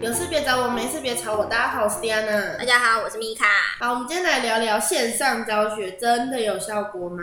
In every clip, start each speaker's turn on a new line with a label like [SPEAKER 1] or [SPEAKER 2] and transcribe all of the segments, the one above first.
[SPEAKER 1] 有事别找我，没事别吵我。大家好，我是 Diana。
[SPEAKER 2] 大家好，我是米卡。
[SPEAKER 1] 好，我们今天来聊聊线上教学真的有效果吗？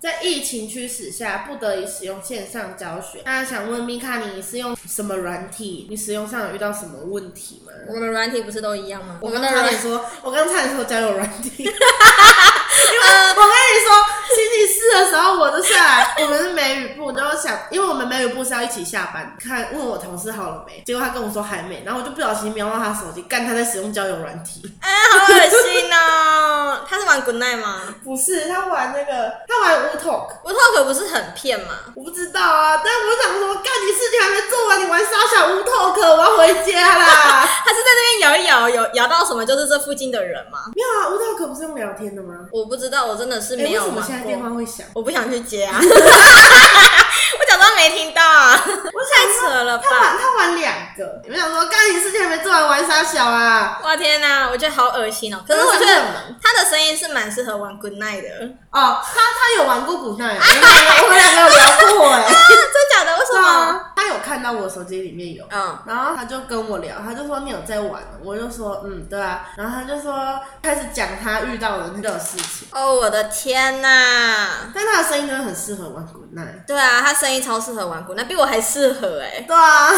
[SPEAKER 1] 在疫情驱使下，不得已使用线上教学。那想问米卡，你是用什么软体？你使用上有遇到什么问题吗？
[SPEAKER 2] 我们的软体不是都一样吗？
[SPEAKER 1] 我
[SPEAKER 2] 们
[SPEAKER 1] 刚
[SPEAKER 2] 的
[SPEAKER 1] 差
[SPEAKER 2] 软
[SPEAKER 1] 点说，我刚差点说交友软体，因为我跟你说，星期四的时候我就下来，我们是美语部，然后想，因为我们美语部是要一起下班，看问我同事好了没，结果他跟我说还没，然后我就不小心瞄到他手机，干他在使用交友软体，
[SPEAKER 2] 哎，好恶心哦！ 他是玩 Good Night 吗
[SPEAKER 1] 不是他玩那个，他玩 w Talk，
[SPEAKER 2] 我 Talk 不是很骗吗？
[SPEAKER 1] 我不知道啊，但我想说，干你事情还没做完，你玩傻小 w Talk，我要回家啦。
[SPEAKER 2] 他是在那边摇一摇，有摇到什么就是这附近的人吗？
[SPEAKER 1] 没有啊 w Talk 不是用聊天的吗？
[SPEAKER 2] 我不知道，我真的是
[SPEAKER 1] 哎、
[SPEAKER 2] 没
[SPEAKER 1] 为
[SPEAKER 2] 有
[SPEAKER 1] 什么现
[SPEAKER 2] 玩
[SPEAKER 1] 在电
[SPEAKER 2] 过。
[SPEAKER 1] 话会响？
[SPEAKER 2] 我不想去接啊！ 我假装没听到啊！
[SPEAKER 1] 我想
[SPEAKER 2] 太扯了
[SPEAKER 1] 他
[SPEAKER 2] 吧！
[SPEAKER 1] 玩他玩两个，你们想说干你事情还没做完，玩啥小啊？
[SPEAKER 2] 哇天哪、我觉得好恶心哦。可是我觉得他的啊声音是蛮适合玩 Good Night 的。
[SPEAKER 1] 哦，他他有玩过古代， 我们两个有聊过哎、
[SPEAKER 2] 啊，真假的？为什
[SPEAKER 1] 对
[SPEAKER 2] 么？
[SPEAKER 1] 啊，他有看到我手机里面有。
[SPEAKER 2] 嗯，
[SPEAKER 1] 然后他就跟我聊，他就说你有在玩哦，我就说嗯对啊，然后他就说开始讲他遇到的那个事情，
[SPEAKER 2] 哦，我的天哪、
[SPEAKER 1] 但他的声音真的很适合玩古奈，
[SPEAKER 2] 对啊，他声音超适合玩古，那比我还适合哎、
[SPEAKER 1] 对啊，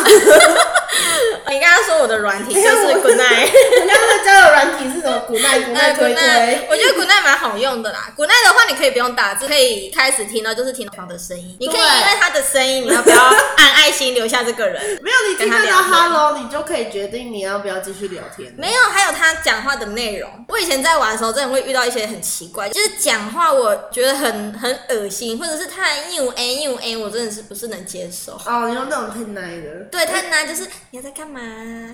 [SPEAKER 2] 你刚刚说我的软体就是古 奈，
[SPEAKER 1] 人家的交友软体是什么古奈古奈
[SPEAKER 2] 呃
[SPEAKER 1] 推推，
[SPEAKER 2] 我觉得古奈蛮好用的啦。古奈的话，你可以不用打字，可以开始听到就是听到他的声音。你可以因
[SPEAKER 1] 对
[SPEAKER 2] 为他的声音，你要不要按爱心留下这个 人？
[SPEAKER 1] 没有你听
[SPEAKER 2] 跟他
[SPEAKER 1] 得
[SPEAKER 2] 聊
[SPEAKER 1] 到
[SPEAKER 2] 天
[SPEAKER 1] Hello，你就可以决定你要不要继续聊天。
[SPEAKER 2] 没有，还有他讲话的内容。我以前在玩的时候，真的会遇到一些很奇怪，就是讲话我觉得很很恶心，或者是他的哎 u a u a，我真的是不是能接受。
[SPEAKER 1] 哦，你用那种太奶的，
[SPEAKER 2] 对他呢，就是你在干嘛？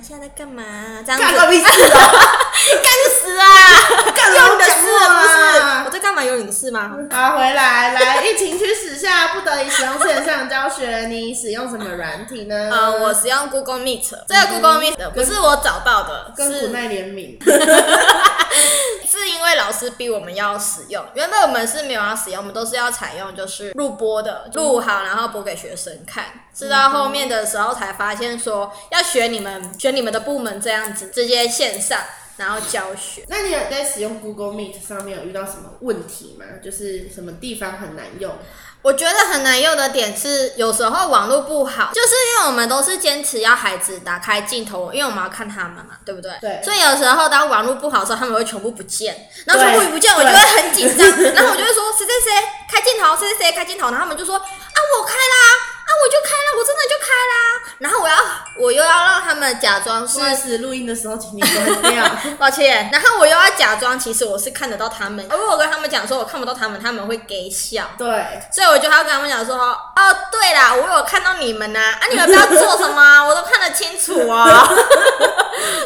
[SPEAKER 2] 现在在干嘛？这样
[SPEAKER 1] 干
[SPEAKER 2] 子，
[SPEAKER 1] 个屁事哦，
[SPEAKER 2] 干死啊！
[SPEAKER 1] 干
[SPEAKER 2] 有
[SPEAKER 1] 我
[SPEAKER 2] 你的
[SPEAKER 1] 讲
[SPEAKER 2] 事
[SPEAKER 1] 过
[SPEAKER 2] 啊
[SPEAKER 1] 啦
[SPEAKER 2] 不是？我。在干嘛？有你的事吗？
[SPEAKER 1] 好，回来来，疫情驱使下，不得已使用线上教学，你使用什么软体呢？
[SPEAKER 2] 呃，我使用 Google Meet，这个 Google Meet 的不是我找到的，
[SPEAKER 1] 跟古
[SPEAKER 2] 是
[SPEAKER 1] 奈联名，
[SPEAKER 2] 是因为老师逼我们要使用。原本我们是没有要使用，我们都是要采用就是录播的，录好然后播给学生看。是到后面的时候才发现说要学你们学你们的部门这样子，直接线上然后教学。
[SPEAKER 1] 那你有在使用 Google Meet 上面有遇到什么问题吗？就是什么地方很难用？
[SPEAKER 2] 我觉得很难用的点是，有时候网络不好，就是因为我们都是坚持要孩子打开镜头，因为我们要看他们嘛，对不对？
[SPEAKER 1] 对
[SPEAKER 2] 所以有时候当网络不好的时候，他们会全部不见，然后
[SPEAKER 1] 对
[SPEAKER 2] 全部不见，我
[SPEAKER 1] 对
[SPEAKER 2] 就会很紧张，然后我就会说谁谁谁开镜头，谁谁谁开镜头，然后他们就说啊我开啦，啊我就开啦，我真的就开啦，然后我要我又要让他们假装是
[SPEAKER 1] 不好意思，录音的时候请你关掉。
[SPEAKER 2] 抱歉，然后我又要假装其实我是看得到他们，如果我跟他们讲说我看不到他们，他们会给笑。
[SPEAKER 1] 对，
[SPEAKER 2] 所以我就还要跟他们讲说，哦，对啦，我有看到你们呐、啊，你们不要做什么 啊，我都看得清楚 哦。
[SPEAKER 1] 然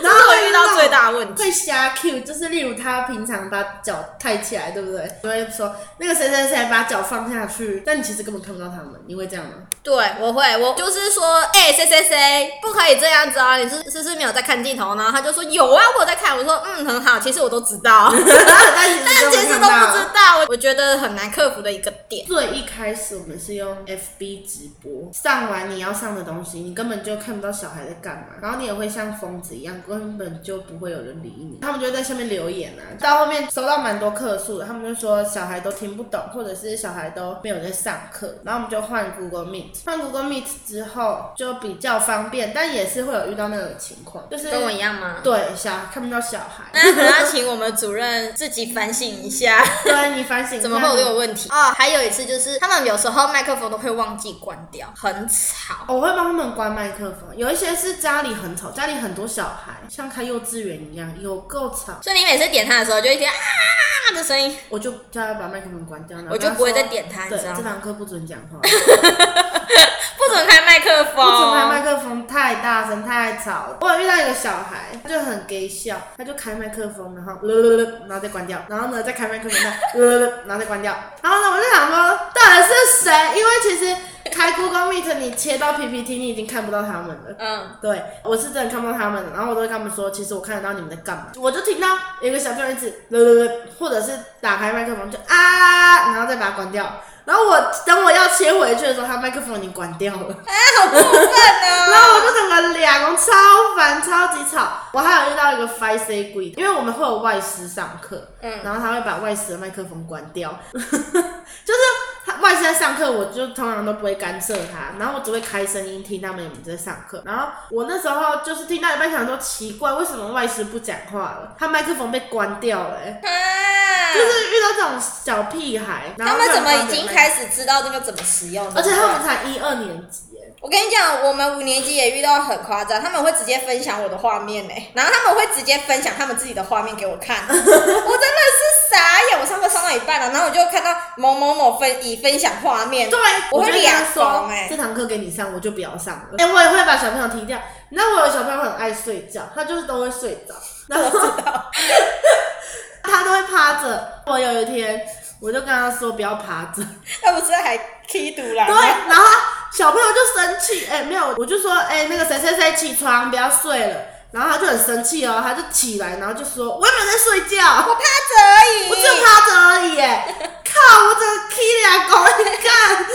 [SPEAKER 2] 然
[SPEAKER 1] 后
[SPEAKER 2] 后
[SPEAKER 1] 会
[SPEAKER 2] 会遇到最大的问题，
[SPEAKER 1] 会瞎 Q，就是例如他平常把脚抬起来，对不对？就会说那个谁谁谁把脚放下去，但你其实根本看不到他们，你会这样吗？
[SPEAKER 2] 对我会，我就是说，哎、谁谁谁不可以这样子啊，你是是不是没有在看镜头呢？他就说有啊，我有在看，我说嗯，很好，其实我都知 道，
[SPEAKER 1] 啊但
[SPEAKER 2] 但其实都不知
[SPEAKER 1] 道。
[SPEAKER 2] 道，我我觉得很难克服的一个点。
[SPEAKER 1] 最一开始我们是用 FB 直播，上完你要上的东西，你根本就看不到小孩在干嘛，然后你也会像疯子一样，根本就不会有人理你。他们就会在下面留言啊，到后面收到蛮多客诉的，他们就说小孩都听不懂，或者是小孩都没有在上课，然后我们就换 Google Meet，换 Google Meet 之后就比较方便，但也是会有遇到那种情况，就是
[SPEAKER 2] 跟我一样吗？
[SPEAKER 1] 对小孩看不到小 孩，
[SPEAKER 2] 那可能要请我们主任自己反省一 下。
[SPEAKER 1] 对你反省一下
[SPEAKER 2] 怎么会有这个问题？哦，还有一次就是他们有时候麦克风都会忘记关掉，很吵。
[SPEAKER 1] 哦我会帮他们关麦克风，有一些是家里很吵，家里很多小孩，像开幼稚园一样，有够吵，
[SPEAKER 2] 所以你每次点它的时候，就会听啊的声音，
[SPEAKER 1] 我就叫他把麦克风关掉，然后
[SPEAKER 2] 我就
[SPEAKER 1] 跟他
[SPEAKER 2] 不会
[SPEAKER 1] 说
[SPEAKER 2] 再点它，你
[SPEAKER 1] 对，
[SPEAKER 2] 知道
[SPEAKER 1] 这
[SPEAKER 2] 吗？
[SPEAKER 1] 堂课不准讲 话，
[SPEAKER 2] 不准开麦克风，
[SPEAKER 1] 不准开麦克风太大声太吵了。我有遇到一个小孩，他就很给笑，他就开麦克风，然后然后再关掉，然后呢再开麦克风，然后然后再关掉。然后呢我就想说，到底是谁？因为其实开 Google Meet，你切到 PPT，你已经看不到他们了。
[SPEAKER 2] 嗯，
[SPEAKER 1] 对，我是真的看不到他们，然后我都会跟他们说，其实我看得到你们在干嘛。我就听到有一个小朋友一直噜噜噜，或者是打开麦克风就啊，然后再把它关掉。然后我等我要切回去的时候，他麦克风已经关掉了。然后我就整个俩公超烦，超级吵。我还有遇到一个 five C 鬼，因为我们会有外师上课，
[SPEAKER 2] 嗯
[SPEAKER 1] 然后他会把外师的麦克风关掉， 就是他外师在上课，我就通常都不会干涉他，然后我只会开声音听他们有没有在上课。然后我那时候就是听到一半想说奇怪，为什么外师不讲话了？他麦克风被关掉了、欸
[SPEAKER 2] 啊，
[SPEAKER 1] 就是遇到这种小屁孩，然后
[SPEAKER 2] 他们怎么已
[SPEAKER 1] 乱关
[SPEAKER 2] 经
[SPEAKER 1] 麦克
[SPEAKER 2] 开始知道这个怎么使用了？
[SPEAKER 1] 而且他们才一二年级、欸，
[SPEAKER 2] 我跟你讲，我们五年级也遇到很夸张，他们会直接分享我的画面呢、然后他们会直接分享他们自己的画面给我 看，我真的是傻眼。我上课上到一半了，然后我就看到某某某分已分享画面，
[SPEAKER 1] 对，
[SPEAKER 2] 我会
[SPEAKER 1] 就跟他
[SPEAKER 2] 脸
[SPEAKER 1] 说
[SPEAKER 2] 红哎
[SPEAKER 1] 这堂课给你上，我就不要上了。欸哎、我也会把小朋友踢掉。你知道我有小朋友很爱睡觉，他就是都会睡着，然后 他都会趴着。我有一天我就跟他说不要趴着，
[SPEAKER 2] 他不是还踢毒 啦？
[SPEAKER 1] 对，然后小朋友就生气，哎、没有，我就说，哎、那个谁谁谁起床，不要睡了。然后他就很生气哦，他就起来，然后就说：“我有没有在睡 觉？
[SPEAKER 2] 我趴着而已，
[SPEAKER 1] 我只有趴着而已。”哎，靠！我整个 K 俩狗，你看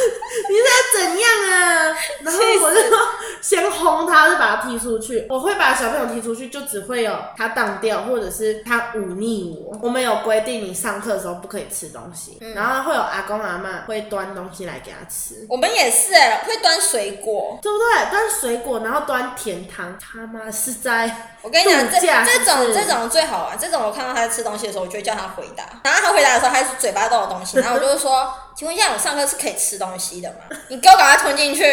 [SPEAKER 1] 你在怎样啊？然后我就说先轰他，就把他踢出去。我会把小朋友踢出去，就只会有他当掉，或者是他忤逆我。我们有规定，你上课的时候不可以吃东西，然后会有阿公阿妈会端东西来给他吃。
[SPEAKER 2] 我们也是哎、会端水果。
[SPEAKER 1] 对不对？端水果，然后端甜汤，他妈是在
[SPEAKER 2] 我跟你讲，这
[SPEAKER 1] 度假
[SPEAKER 2] 这
[SPEAKER 1] 是
[SPEAKER 2] 种
[SPEAKER 1] 不是
[SPEAKER 2] 这种最好玩。这种我看到他在吃东西的时候，我就会叫他回答。然后他回答的时候，他是嘴巴都有东 西。然后我就会说：“请问一下，我上课是可以吃东西的吗？你给我赶快吞进去。”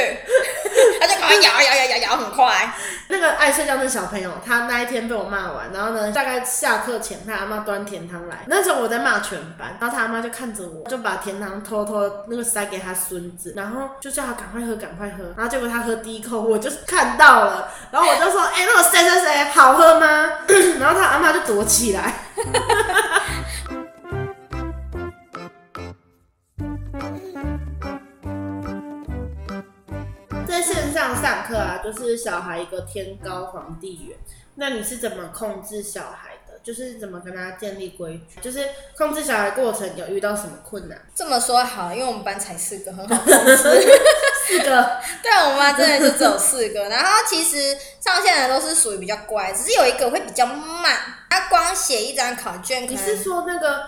[SPEAKER 2] 他就赶快咬咬咬咬咬，很快。
[SPEAKER 1] 那个爱睡觉那小朋友，他那一天被我骂完，然后呢，大概下课前他阿妈端甜汤来，那时候我在骂全班，然后他阿妈就看着我，就把甜汤偷偷那个塞给他孙子，然后就叫他赶快喝，赶快喝，然后结果他喝第一口，我就看到了，然后我就说，哎、那个谁谁谁好喝吗？ 然后他阿妈就躲起来。在线上上课啊，就是小孩一个天高皇帝远，那你是怎么控制小孩的？就是怎么跟他建立规矩？就是控制小孩过程有遇到什么困 难？
[SPEAKER 2] 这么说好，因为我们班才四个，很好 控制。
[SPEAKER 1] 四 个，
[SPEAKER 2] 对，我们班真的就只有四个。然后其实上线的都是属于比较乖，只是有一个会比较慢。他光写一张考卷，可
[SPEAKER 1] 你
[SPEAKER 2] 能
[SPEAKER 1] 是说那个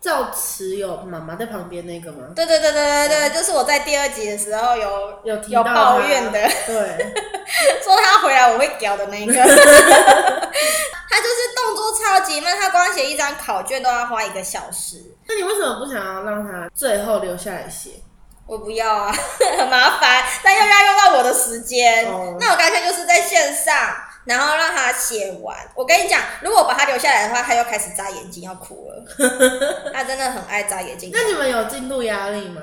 [SPEAKER 1] 赵慈有妈妈在旁边那个吗？
[SPEAKER 2] 对对对对对对，就是我在第二集的时候有
[SPEAKER 1] 有提到
[SPEAKER 2] 有
[SPEAKER 1] 他
[SPEAKER 2] 抱怨的，
[SPEAKER 1] 对，
[SPEAKER 2] 说他回来我会屌的那一个。他就是动作超级慢，他光写一张考卷都要花一个小时。
[SPEAKER 1] 那你为什么不想要让他最后留下来写？
[SPEAKER 2] 我不要啊， 很麻烦，但又要用到我的时间。
[SPEAKER 1] 哦
[SPEAKER 2] 那我干脆就是在线上，然后让他写完。我跟你讲，如果我把他留下来的话，他又开始眨眼睛要哭了。他真的很爱眨 眼睛。
[SPEAKER 1] 那你们有进度压力吗？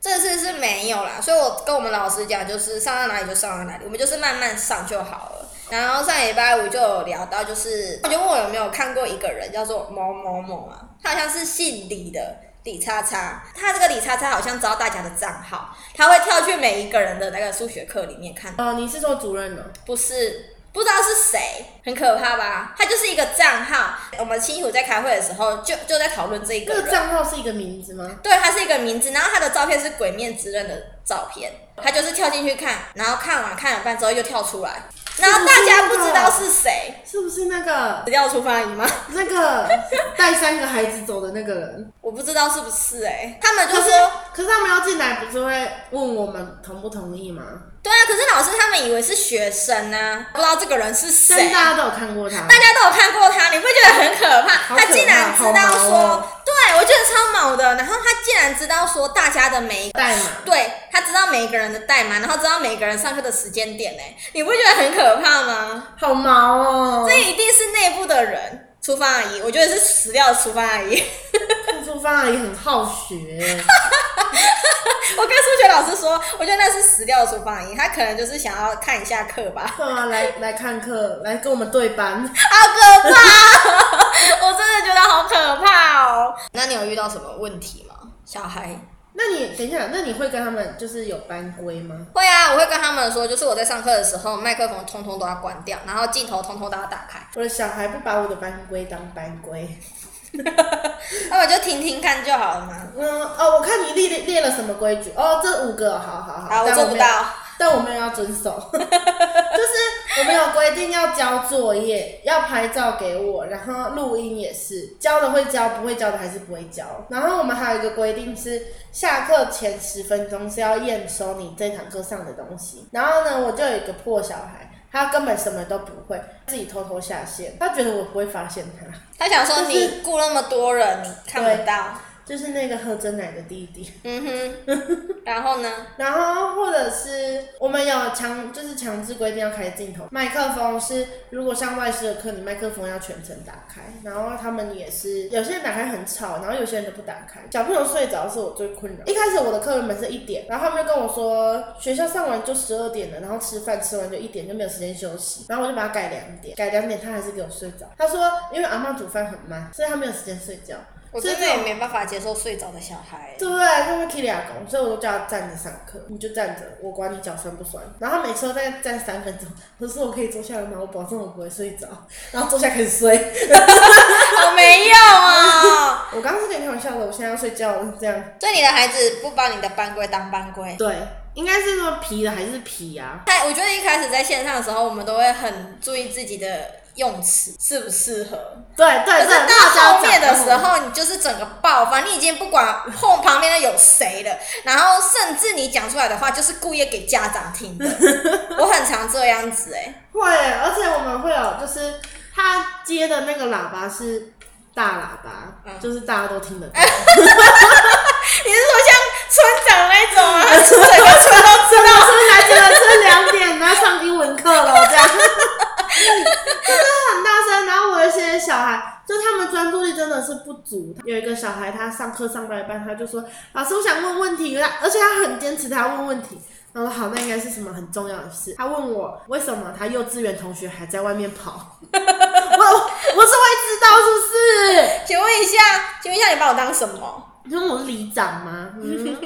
[SPEAKER 2] 这次是没有啦，所以我跟我们老师讲，就是上到哪里就上到哪里，我们就是慢慢上就好了。然后上礼拜五就有聊到，就是我就问我有没有看过一个人叫做某某某啊，他好像是姓李的李叉叉，他这个李叉叉好像知道大家的账号，他会跳去每一个人的那个数学课里面看，
[SPEAKER 1] 哦，你是说主任呢？
[SPEAKER 2] 不是。不知道是谁，很可怕吧？他就是一个账号。我们清楚在开会的时候就就在讨论这一个
[SPEAKER 1] 那
[SPEAKER 2] 人。
[SPEAKER 1] 个账号是一个名字吗？
[SPEAKER 2] 对，它是一个名字，然后它的照片是《鬼面之刃》的照片，他就是跳进去看，然后看完看了半之后又跳出来，然后大家不知道是谁，
[SPEAKER 1] 是不是那个
[SPEAKER 2] 死掉出发姨吗？
[SPEAKER 1] 那个带三个孩子走的那个人？
[SPEAKER 2] 我不知道是不是哎、他们就
[SPEAKER 1] 可是
[SPEAKER 2] 说，
[SPEAKER 1] 可是他们要进来，不是会问我们同不同意吗？
[SPEAKER 2] 对啊，可是老师他们以为是学生啊，不知道这个人是
[SPEAKER 1] 但是
[SPEAKER 2] 谁。
[SPEAKER 1] 大家都有看过他
[SPEAKER 2] 大，家都有看过他，你不觉得很可怕？
[SPEAKER 1] 好可怕
[SPEAKER 2] 他竟然知道
[SPEAKER 1] 好
[SPEAKER 2] 说，
[SPEAKER 1] 毛哦
[SPEAKER 2] 对我觉得超毛的。然后他竟然知道说大家的每一个
[SPEAKER 1] 代码
[SPEAKER 2] 对他知道每一个人的代码，然后知道每一个人上课的时间点，哎，你不觉得很可怕吗？
[SPEAKER 1] 好毛哦、
[SPEAKER 2] 这一定是内部的人。厨房阿姨，我觉得是死掉的厨房阿姨。
[SPEAKER 1] 看出方阿姨很好学，
[SPEAKER 2] 我跟数学老师说，我觉得那是死掉的厨房阿姨，她可能就是想要看一下课吧。
[SPEAKER 1] 干嘛啊来来看课，来跟我们对班？
[SPEAKER 2] 好可 怕哦、我真的觉得好可怕哦。那你有遇到什么问题吗？小孩
[SPEAKER 1] 那你等一下，那你会跟他们就是有班规吗？
[SPEAKER 2] 会啊，我会跟他们说，就是我在上课的时候，麦克风通通都要关掉，然后镜头通通都要打开，
[SPEAKER 1] 我的小孩不把我的班规当班规。
[SPEAKER 2] 那我就听听看就好了嘛。
[SPEAKER 1] 嗯，哦，我看你列列列了什么规矩？哦，这五个，好好好。
[SPEAKER 2] 啊，我
[SPEAKER 1] 但
[SPEAKER 2] 做不
[SPEAKER 1] 没有
[SPEAKER 2] 到，
[SPEAKER 1] 但我没有要遵守， 就是我们有规定要交作业，要拍照给我，然后录音也是，交的会交，不会交的还是不会交。然后我们还有一个规定是，下课前十分钟是要验收你这堂课上的东西。然后呢，我就有一个破小孩，他根本什么都不会，自己偷偷下线，他觉得我不会发现他，
[SPEAKER 2] 他想
[SPEAKER 1] 就
[SPEAKER 2] 说
[SPEAKER 1] 是
[SPEAKER 2] 你雇那么多人，你看不到。
[SPEAKER 1] 就是那个喝真奶的弟弟。
[SPEAKER 2] 嗯哼， 然后呢？
[SPEAKER 1] 然后或者是我们有强，就是强制规定要开镜头，麦克风是如果上外事的课，你麦克风要全程打开。然后他们也是有些人打开很吵，然后有些人就不打开。小朋友睡着是我最困扰。一开始我的课原本是一点，然后他们就跟我说学校上完就十二点了，然后吃饭吃完就一点就没有时间休息，然后我就把它改两点，改两点他还是给我睡着。他说因为阿妈煮饭很慢，所以他没有时间睡觉。
[SPEAKER 2] 我
[SPEAKER 1] 所以
[SPEAKER 2] 真
[SPEAKER 1] 这
[SPEAKER 2] 的
[SPEAKER 1] 种
[SPEAKER 2] 也没办法接受睡着的小孩。
[SPEAKER 1] 对，他会踢俩拱，所以我就叫他站着上课，你就站着，我管你脚酸不酸。然后他每次都在站三分钟，可是我可以坐下来吗？我保证我不会睡着。然后坐下开始睡。
[SPEAKER 2] 好哦没用 啊、
[SPEAKER 1] 我刚刚是跟你开玩笑的，我现在要睡觉了，这样。
[SPEAKER 2] 所以你的孩子不把你的班规当班规。
[SPEAKER 1] 对，应该是说皮的还是皮啊？
[SPEAKER 2] 但我觉得一开始在线上的时候，我们都会很注意自己的用词适不适合。
[SPEAKER 1] 对
[SPEAKER 2] 可
[SPEAKER 1] 对
[SPEAKER 2] 是
[SPEAKER 1] 对，
[SPEAKER 2] 到后面的时
[SPEAKER 1] 大家讲，
[SPEAKER 2] 候，你就是整个爆发，你已经不管后旁边的有谁了，然后甚至你讲出来的话就是故意给家长听 的。我很常这样子哎、
[SPEAKER 1] 会，而且我们会有，就是他接的那个喇叭是大喇叭，
[SPEAKER 2] 嗯
[SPEAKER 1] 就是大家都听得到。
[SPEAKER 2] 你是说像村长那种 啊？整个村都知
[SPEAKER 1] 真的
[SPEAKER 2] 道，
[SPEAKER 1] 是来这了，这两点然后上英文课了，这样，真的很大声。然后我有一些小孩，就他们专注力真的是不足。有一个小孩，他上课上到一半，他就说：“老师，我想问问题。”而且他很坚持，他要问问题。然后我说：“好，那应该是什么很重要的事？”他问我为什么他幼稚园同学还在外面跑，我我是会知道是不是？
[SPEAKER 2] 请问一下，请问一下，你把我当什么？
[SPEAKER 1] 你说我是里长吗？嗯，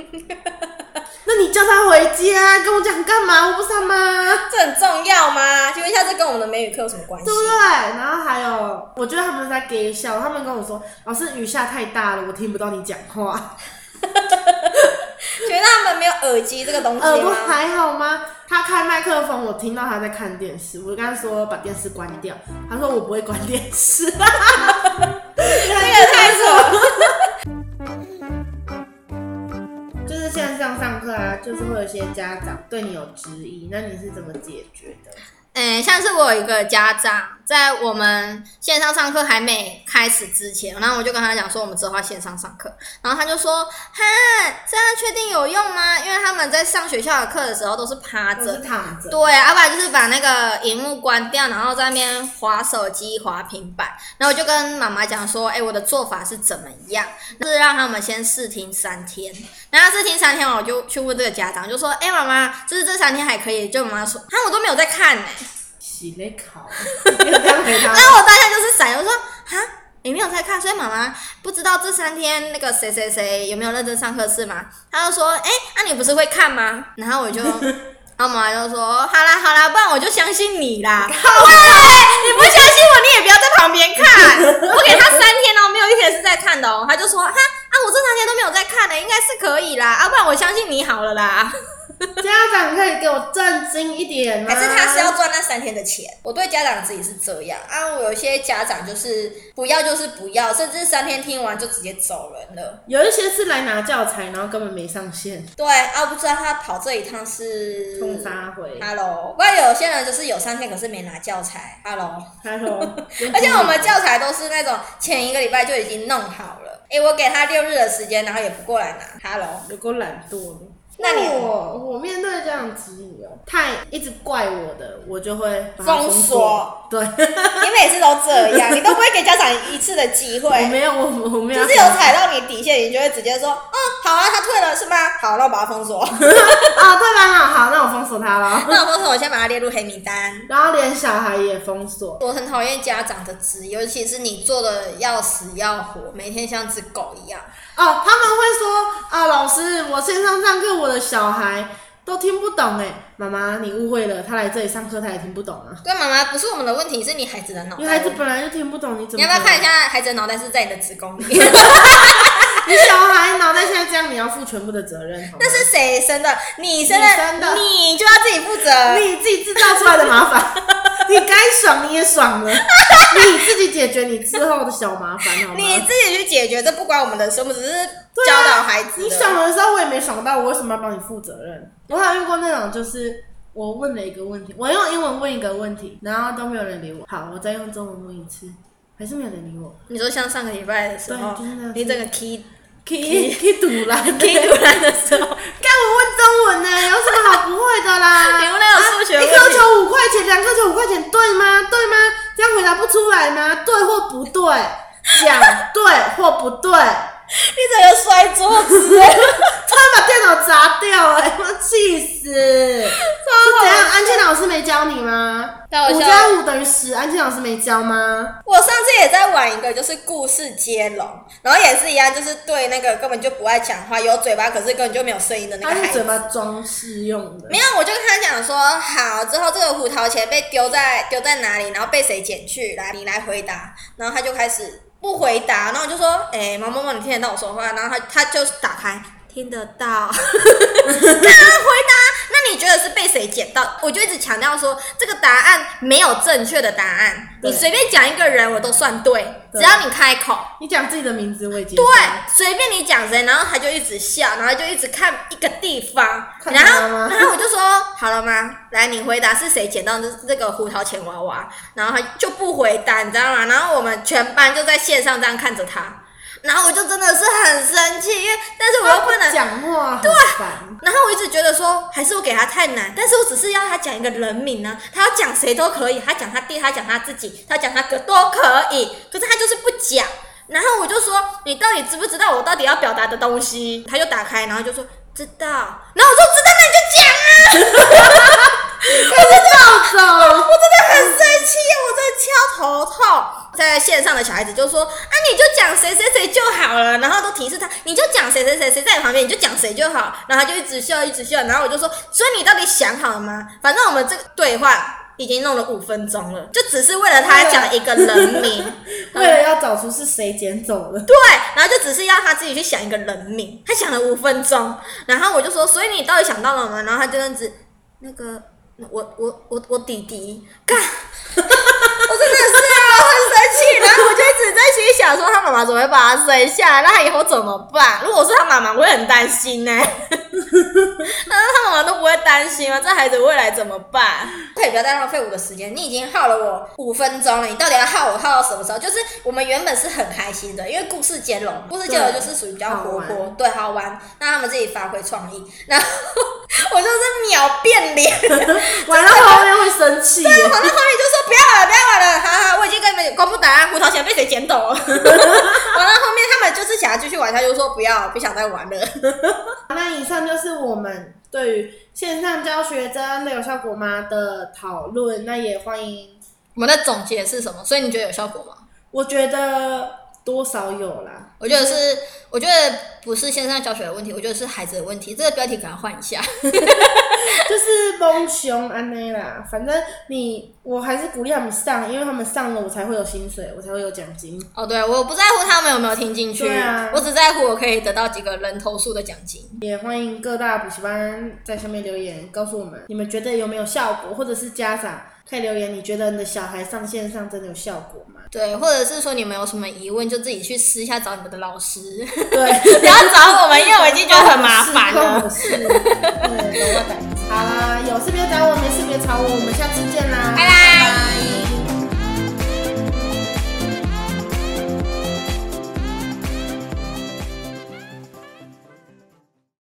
[SPEAKER 1] 那你叫他回家，跟我讲干嘛？我不是他妈。
[SPEAKER 2] 这很重要吗？请问一下，这跟我们的美语课有什么关系
[SPEAKER 1] 对？啊不对？然后还有，我觉得他们在给笑，他们跟我说，老师雨下太大了，我听不到你讲 话，
[SPEAKER 2] 觉得他们没有耳机这个东
[SPEAKER 1] 耳
[SPEAKER 2] 西
[SPEAKER 1] 朵
[SPEAKER 2] 吗？
[SPEAKER 1] 还好吗？他开麦克风，我听到他在看电视，我就跟他说把电视关掉，他说我不会关电 视，这
[SPEAKER 2] 这个太丑了。
[SPEAKER 1] 就是线上上课啊，就是会有一些家长对你有质疑，那你是怎么解决的？
[SPEAKER 2] 嗯，像是我有一个家长，在我们线上上课还没开始之前，然后我就跟他讲说，我们之后要线上上课，然后他就说，哈，这样确定有用吗？因为他们在上学校的课的时候都是趴
[SPEAKER 1] 我
[SPEAKER 2] 着
[SPEAKER 1] 是，躺着，
[SPEAKER 2] 对，啊要、不然就是把那个荧幕关掉，然后在那边划手机、划平板。然后我就跟妈妈讲说，哎、我的做法是怎么样？是让他们先试听三天。然后试听三天，我就去问这个家长，就说，哎、妈妈，就是这三天还可以。就妈妈说，啊，我都没有在看呢、
[SPEAKER 1] 洗内 考，你要这样回答
[SPEAKER 2] 然后我当下就是闪，我说哈，你没有在看，所以妈妈不知道这三天那个谁谁谁有没有认真上课是吗？他就说，哎、那、你不是会看吗？然后我就，然后妈妈就说，好啦好啦，不然我就相信你啦。 喂，你不相信我，你也不要在旁边看。 我给他三天哦，没有一天是在看的哦。他就说，哈啊，我这三天都没有在看的、应该是可以啦，啊，不然我相信你好了啦。
[SPEAKER 1] 家长可以给我正经一点吗？
[SPEAKER 2] 还是他是要赚那三天的钱？我对家长自己是这样啊，我有些家长就是不要就是不要，甚至三天听完就直接走人了。
[SPEAKER 1] 有一些是来拿教材，然后根本没上线，
[SPEAKER 2] 对啊，不知道他跑这一趟是
[SPEAKER 1] 冲杀回。
[SPEAKER 2] Hello，不然有些人就是有三天可是没拿教材，Hello，
[SPEAKER 1] 他 说，
[SPEAKER 2] 而且我们教材都是那种前一个礼拜就已经弄好了。诶、我给他六日的时间，然后也不过来拿，Hello，
[SPEAKER 1] 有够懒惰的，
[SPEAKER 2] 那你
[SPEAKER 1] 我我面对这样的指引哦，太一直怪我的，我就会把它
[SPEAKER 3] 封
[SPEAKER 1] 封
[SPEAKER 3] 锁。
[SPEAKER 1] 对，
[SPEAKER 3] 你每次都这样，你都不会给家长一次的机
[SPEAKER 1] 我
[SPEAKER 3] 会。
[SPEAKER 1] 没有，我
[SPEAKER 2] 啊
[SPEAKER 1] 我没有。
[SPEAKER 3] 就是有踩到你底线，你就会直接说，嗯，好啊，他退了是吗？好，那我把他封 锁，
[SPEAKER 1] 啊，对吧？那好，那我封锁他了。
[SPEAKER 3] 那我封锁，我先把他列入黑名单。
[SPEAKER 1] 然后连小孩也封锁，
[SPEAKER 2] 我很讨厌家长的质疑，尤其是你做的要死要活，每天像只狗一样。
[SPEAKER 1] 哦，他们会说啊，老师，我线上上课，我的小孩都听不懂哎，妈妈，你误会了，他来这里上课，他也听不懂啊，
[SPEAKER 2] 对，妈妈不是我们的问题，是你孩子的脑袋。
[SPEAKER 1] 因为孩子本来就听不懂，你怎
[SPEAKER 2] 哦
[SPEAKER 1] 么？
[SPEAKER 2] 你要不要看一？下孩子的脑袋是在你的子 宫里？
[SPEAKER 1] 你小孩脑袋现在这样，你要负全部的责任，好吗
[SPEAKER 2] 那是谁生的？你生的，
[SPEAKER 1] 你生的
[SPEAKER 2] 你就要自己负责。
[SPEAKER 1] 你自己制造出来的麻烦，你该爽你也爽了，你自己解决你之后的小麻烦，好吗？
[SPEAKER 2] 你自己去解决，这不关我们的事，我们只是教导孩子的。
[SPEAKER 1] 你想的时候，我也没想到，我为什么要帮你负责任？我还遇过那种，就是我问了一个问题，我用英文问一个问题，然后都没有人理我。好，我再用中文问一次，还是没有人理我。
[SPEAKER 2] 你说像上个礼拜的时候
[SPEAKER 1] 对就是那，
[SPEAKER 2] 你整个 key
[SPEAKER 1] 可以可以堵 啦，可
[SPEAKER 2] key 突然的时候，
[SPEAKER 1] 干我问中文呢、啊有什么好不会的 啦？
[SPEAKER 2] 你问那个数学
[SPEAKER 1] 一
[SPEAKER 2] 问
[SPEAKER 1] 颗
[SPEAKER 2] 题，
[SPEAKER 1] 球五块钱，两颗球五块钱，对吗？对吗？这样回答不出来吗？对或不对？讲对或不对？ 差
[SPEAKER 2] 你整个摔桌 子，
[SPEAKER 1] 点把电脑砸掉哎、我 气死！是怎样？安庆老师没教你吗？
[SPEAKER 2] 太好笑
[SPEAKER 1] 五
[SPEAKER 2] 了
[SPEAKER 1] 加五等于十，安庆老师没教吗？
[SPEAKER 2] 我上次也在玩一个，就是故事接龙，然后也是一样，就是对那个根本就不爱讲话，有嘴巴可是根本就没有声音的那
[SPEAKER 1] 他
[SPEAKER 2] 个孩
[SPEAKER 1] 是嘴
[SPEAKER 2] 子。
[SPEAKER 1] 巴装饰用的
[SPEAKER 2] 没。有，我就跟他讲说，好，之后这个胡桃钳被丢在丢在哪里，然后被谁捡去，来，你来回答。然后他就开始不回答，然后我就说，哎、毛毛毛，你听得到我说话？然后他他就打开，听得到， 那回答。那你觉得是被谁捡到？我就一直强调说，这个答案没有正确的答案，
[SPEAKER 1] 对
[SPEAKER 2] 你随便讲一个人，我都算对，只
[SPEAKER 1] 对
[SPEAKER 2] 要你开口。
[SPEAKER 1] 你讲自己的名字我也接受。
[SPEAKER 2] 对，随便你讲谁，然后他就一直笑，然后就一直看一个地方，
[SPEAKER 1] 看
[SPEAKER 2] 然
[SPEAKER 1] 他
[SPEAKER 2] 后
[SPEAKER 1] 吗
[SPEAKER 2] 然后我就说好了吗？来，你回答是谁捡到这这个胡桃钳娃娃，然后他就不回答，你知道吗？然后我们全班就在线上这样看着他，然后我就真的是很生气，因为但是我又
[SPEAKER 1] 他
[SPEAKER 2] 不
[SPEAKER 1] 不
[SPEAKER 2] 能。
[SPEAKER 1] 讲话，很烦。
[SPEAKER 2] 然后我一直觉得说，还是我给他太难，但是我只是要他讲一个人名呢、他要讲谁都可以，他讲他弟，他讲他自己，他讲他哥都可以，可是他就是不讲。然后我就说，你到底知不知道我到底要表达的东西？他就打开，然后就说知道。然后我说知道，那你就讲啊！
[SPEAKER 1] 我暴 走。
[SPEAKER 2] 我真的很生气，我真的敲头痛。在线上的小孩子就说：“啊，你就讲谁谁谁就好了。”然后都提示他，你就讲谁谁谁谁在你旁边，你就讲谁就好。然后他就一直笑，一直笑。然后我就说：“所以你到底想好了吗？”反正我们这个对话已经弄了五分钟了，就只是为了他讲一个人名。嗯
[SPEAKER 1] 为了要找出是谁捡走的，
[SPEAKER 2] 对，然后就只是要他自己去想一个人名，他想了五分钟，然后我就说，所以你到底想到了吗？然后他就这样子，那个我我我我弟弟，干， 我真的是啊，很生气，然后我就一直在心里想说，他妈妈怎么会把他生下来？那他以后怎么办？如果是他妈妈，我会很担心呢、 但是他妈妈都不会担心吗？这孩子未来怎么办？可以不要再浪费我的时间，你已经耗了我五分钟了，你到底要耗我耗到什么时候？就是我们原本是很开心的，因为故事接龙，故事接龙就是属于比较活
[SPEAKER 1] 好
[SPEAKER 2] 泼，对，好玩，让他们自己发挥创意。 然后我就是秒变脸，
[SPEAKER 1] 玩到后面会生气耶。
[SPEAKER 2] 我那后面就说不要玩了，不要玩了，哈哈，我已经跟你们公布答案，胡桃钳被谁捡走了。 完了后面他们就是想要继续玩，他就说不要，不想再玩了。
[SPEAKER 1] 那以上就是我们对于线上教学真的有效果吗的讨论。那也欢迎，
[SPEAKER 2] 我们的总结是什么？所以你觉得有效果吗？
[SPEAKER 1] 我觉得多少有啦。
[SPEAKER 2] 我觉得是，我觉得不是线上教学的问题，我觉得是孩子的问题。这个标题给他换一下。
[SPEAKER 1] 就是蒙熊安内啦，反正你我还是鼓励他们上，因为他们上了我才会有薪水，我才会有奖金。
[SPEAKER 2] 哦，对，我不在乎他们有没有听进去，
[SPEAKER 1] 对啊
[SPEAKER 2] 我只在乎我可以得到几个人头数的奖金。
[SPEAKER 1] 也欢迎各大补习班在下面留言告诉我们，你们觉得有没有效果，或者是家长可以留言，你觉得你的小孩上线上真的有效果吗？
[SPEAKER 2] 对，或者是说你们有什么疑问，就自己去私下找你们的老师，
[SPEAKER 1] 对。
[SPEAKER 2] 不要找我们，因为我已经觉得很麻烦了。
[SPEAKER 1] 关我事，对，关我事。好啦，有事别找我，没事别吵我，我们下次见啦，
[SPEAKER 2] 拜拜。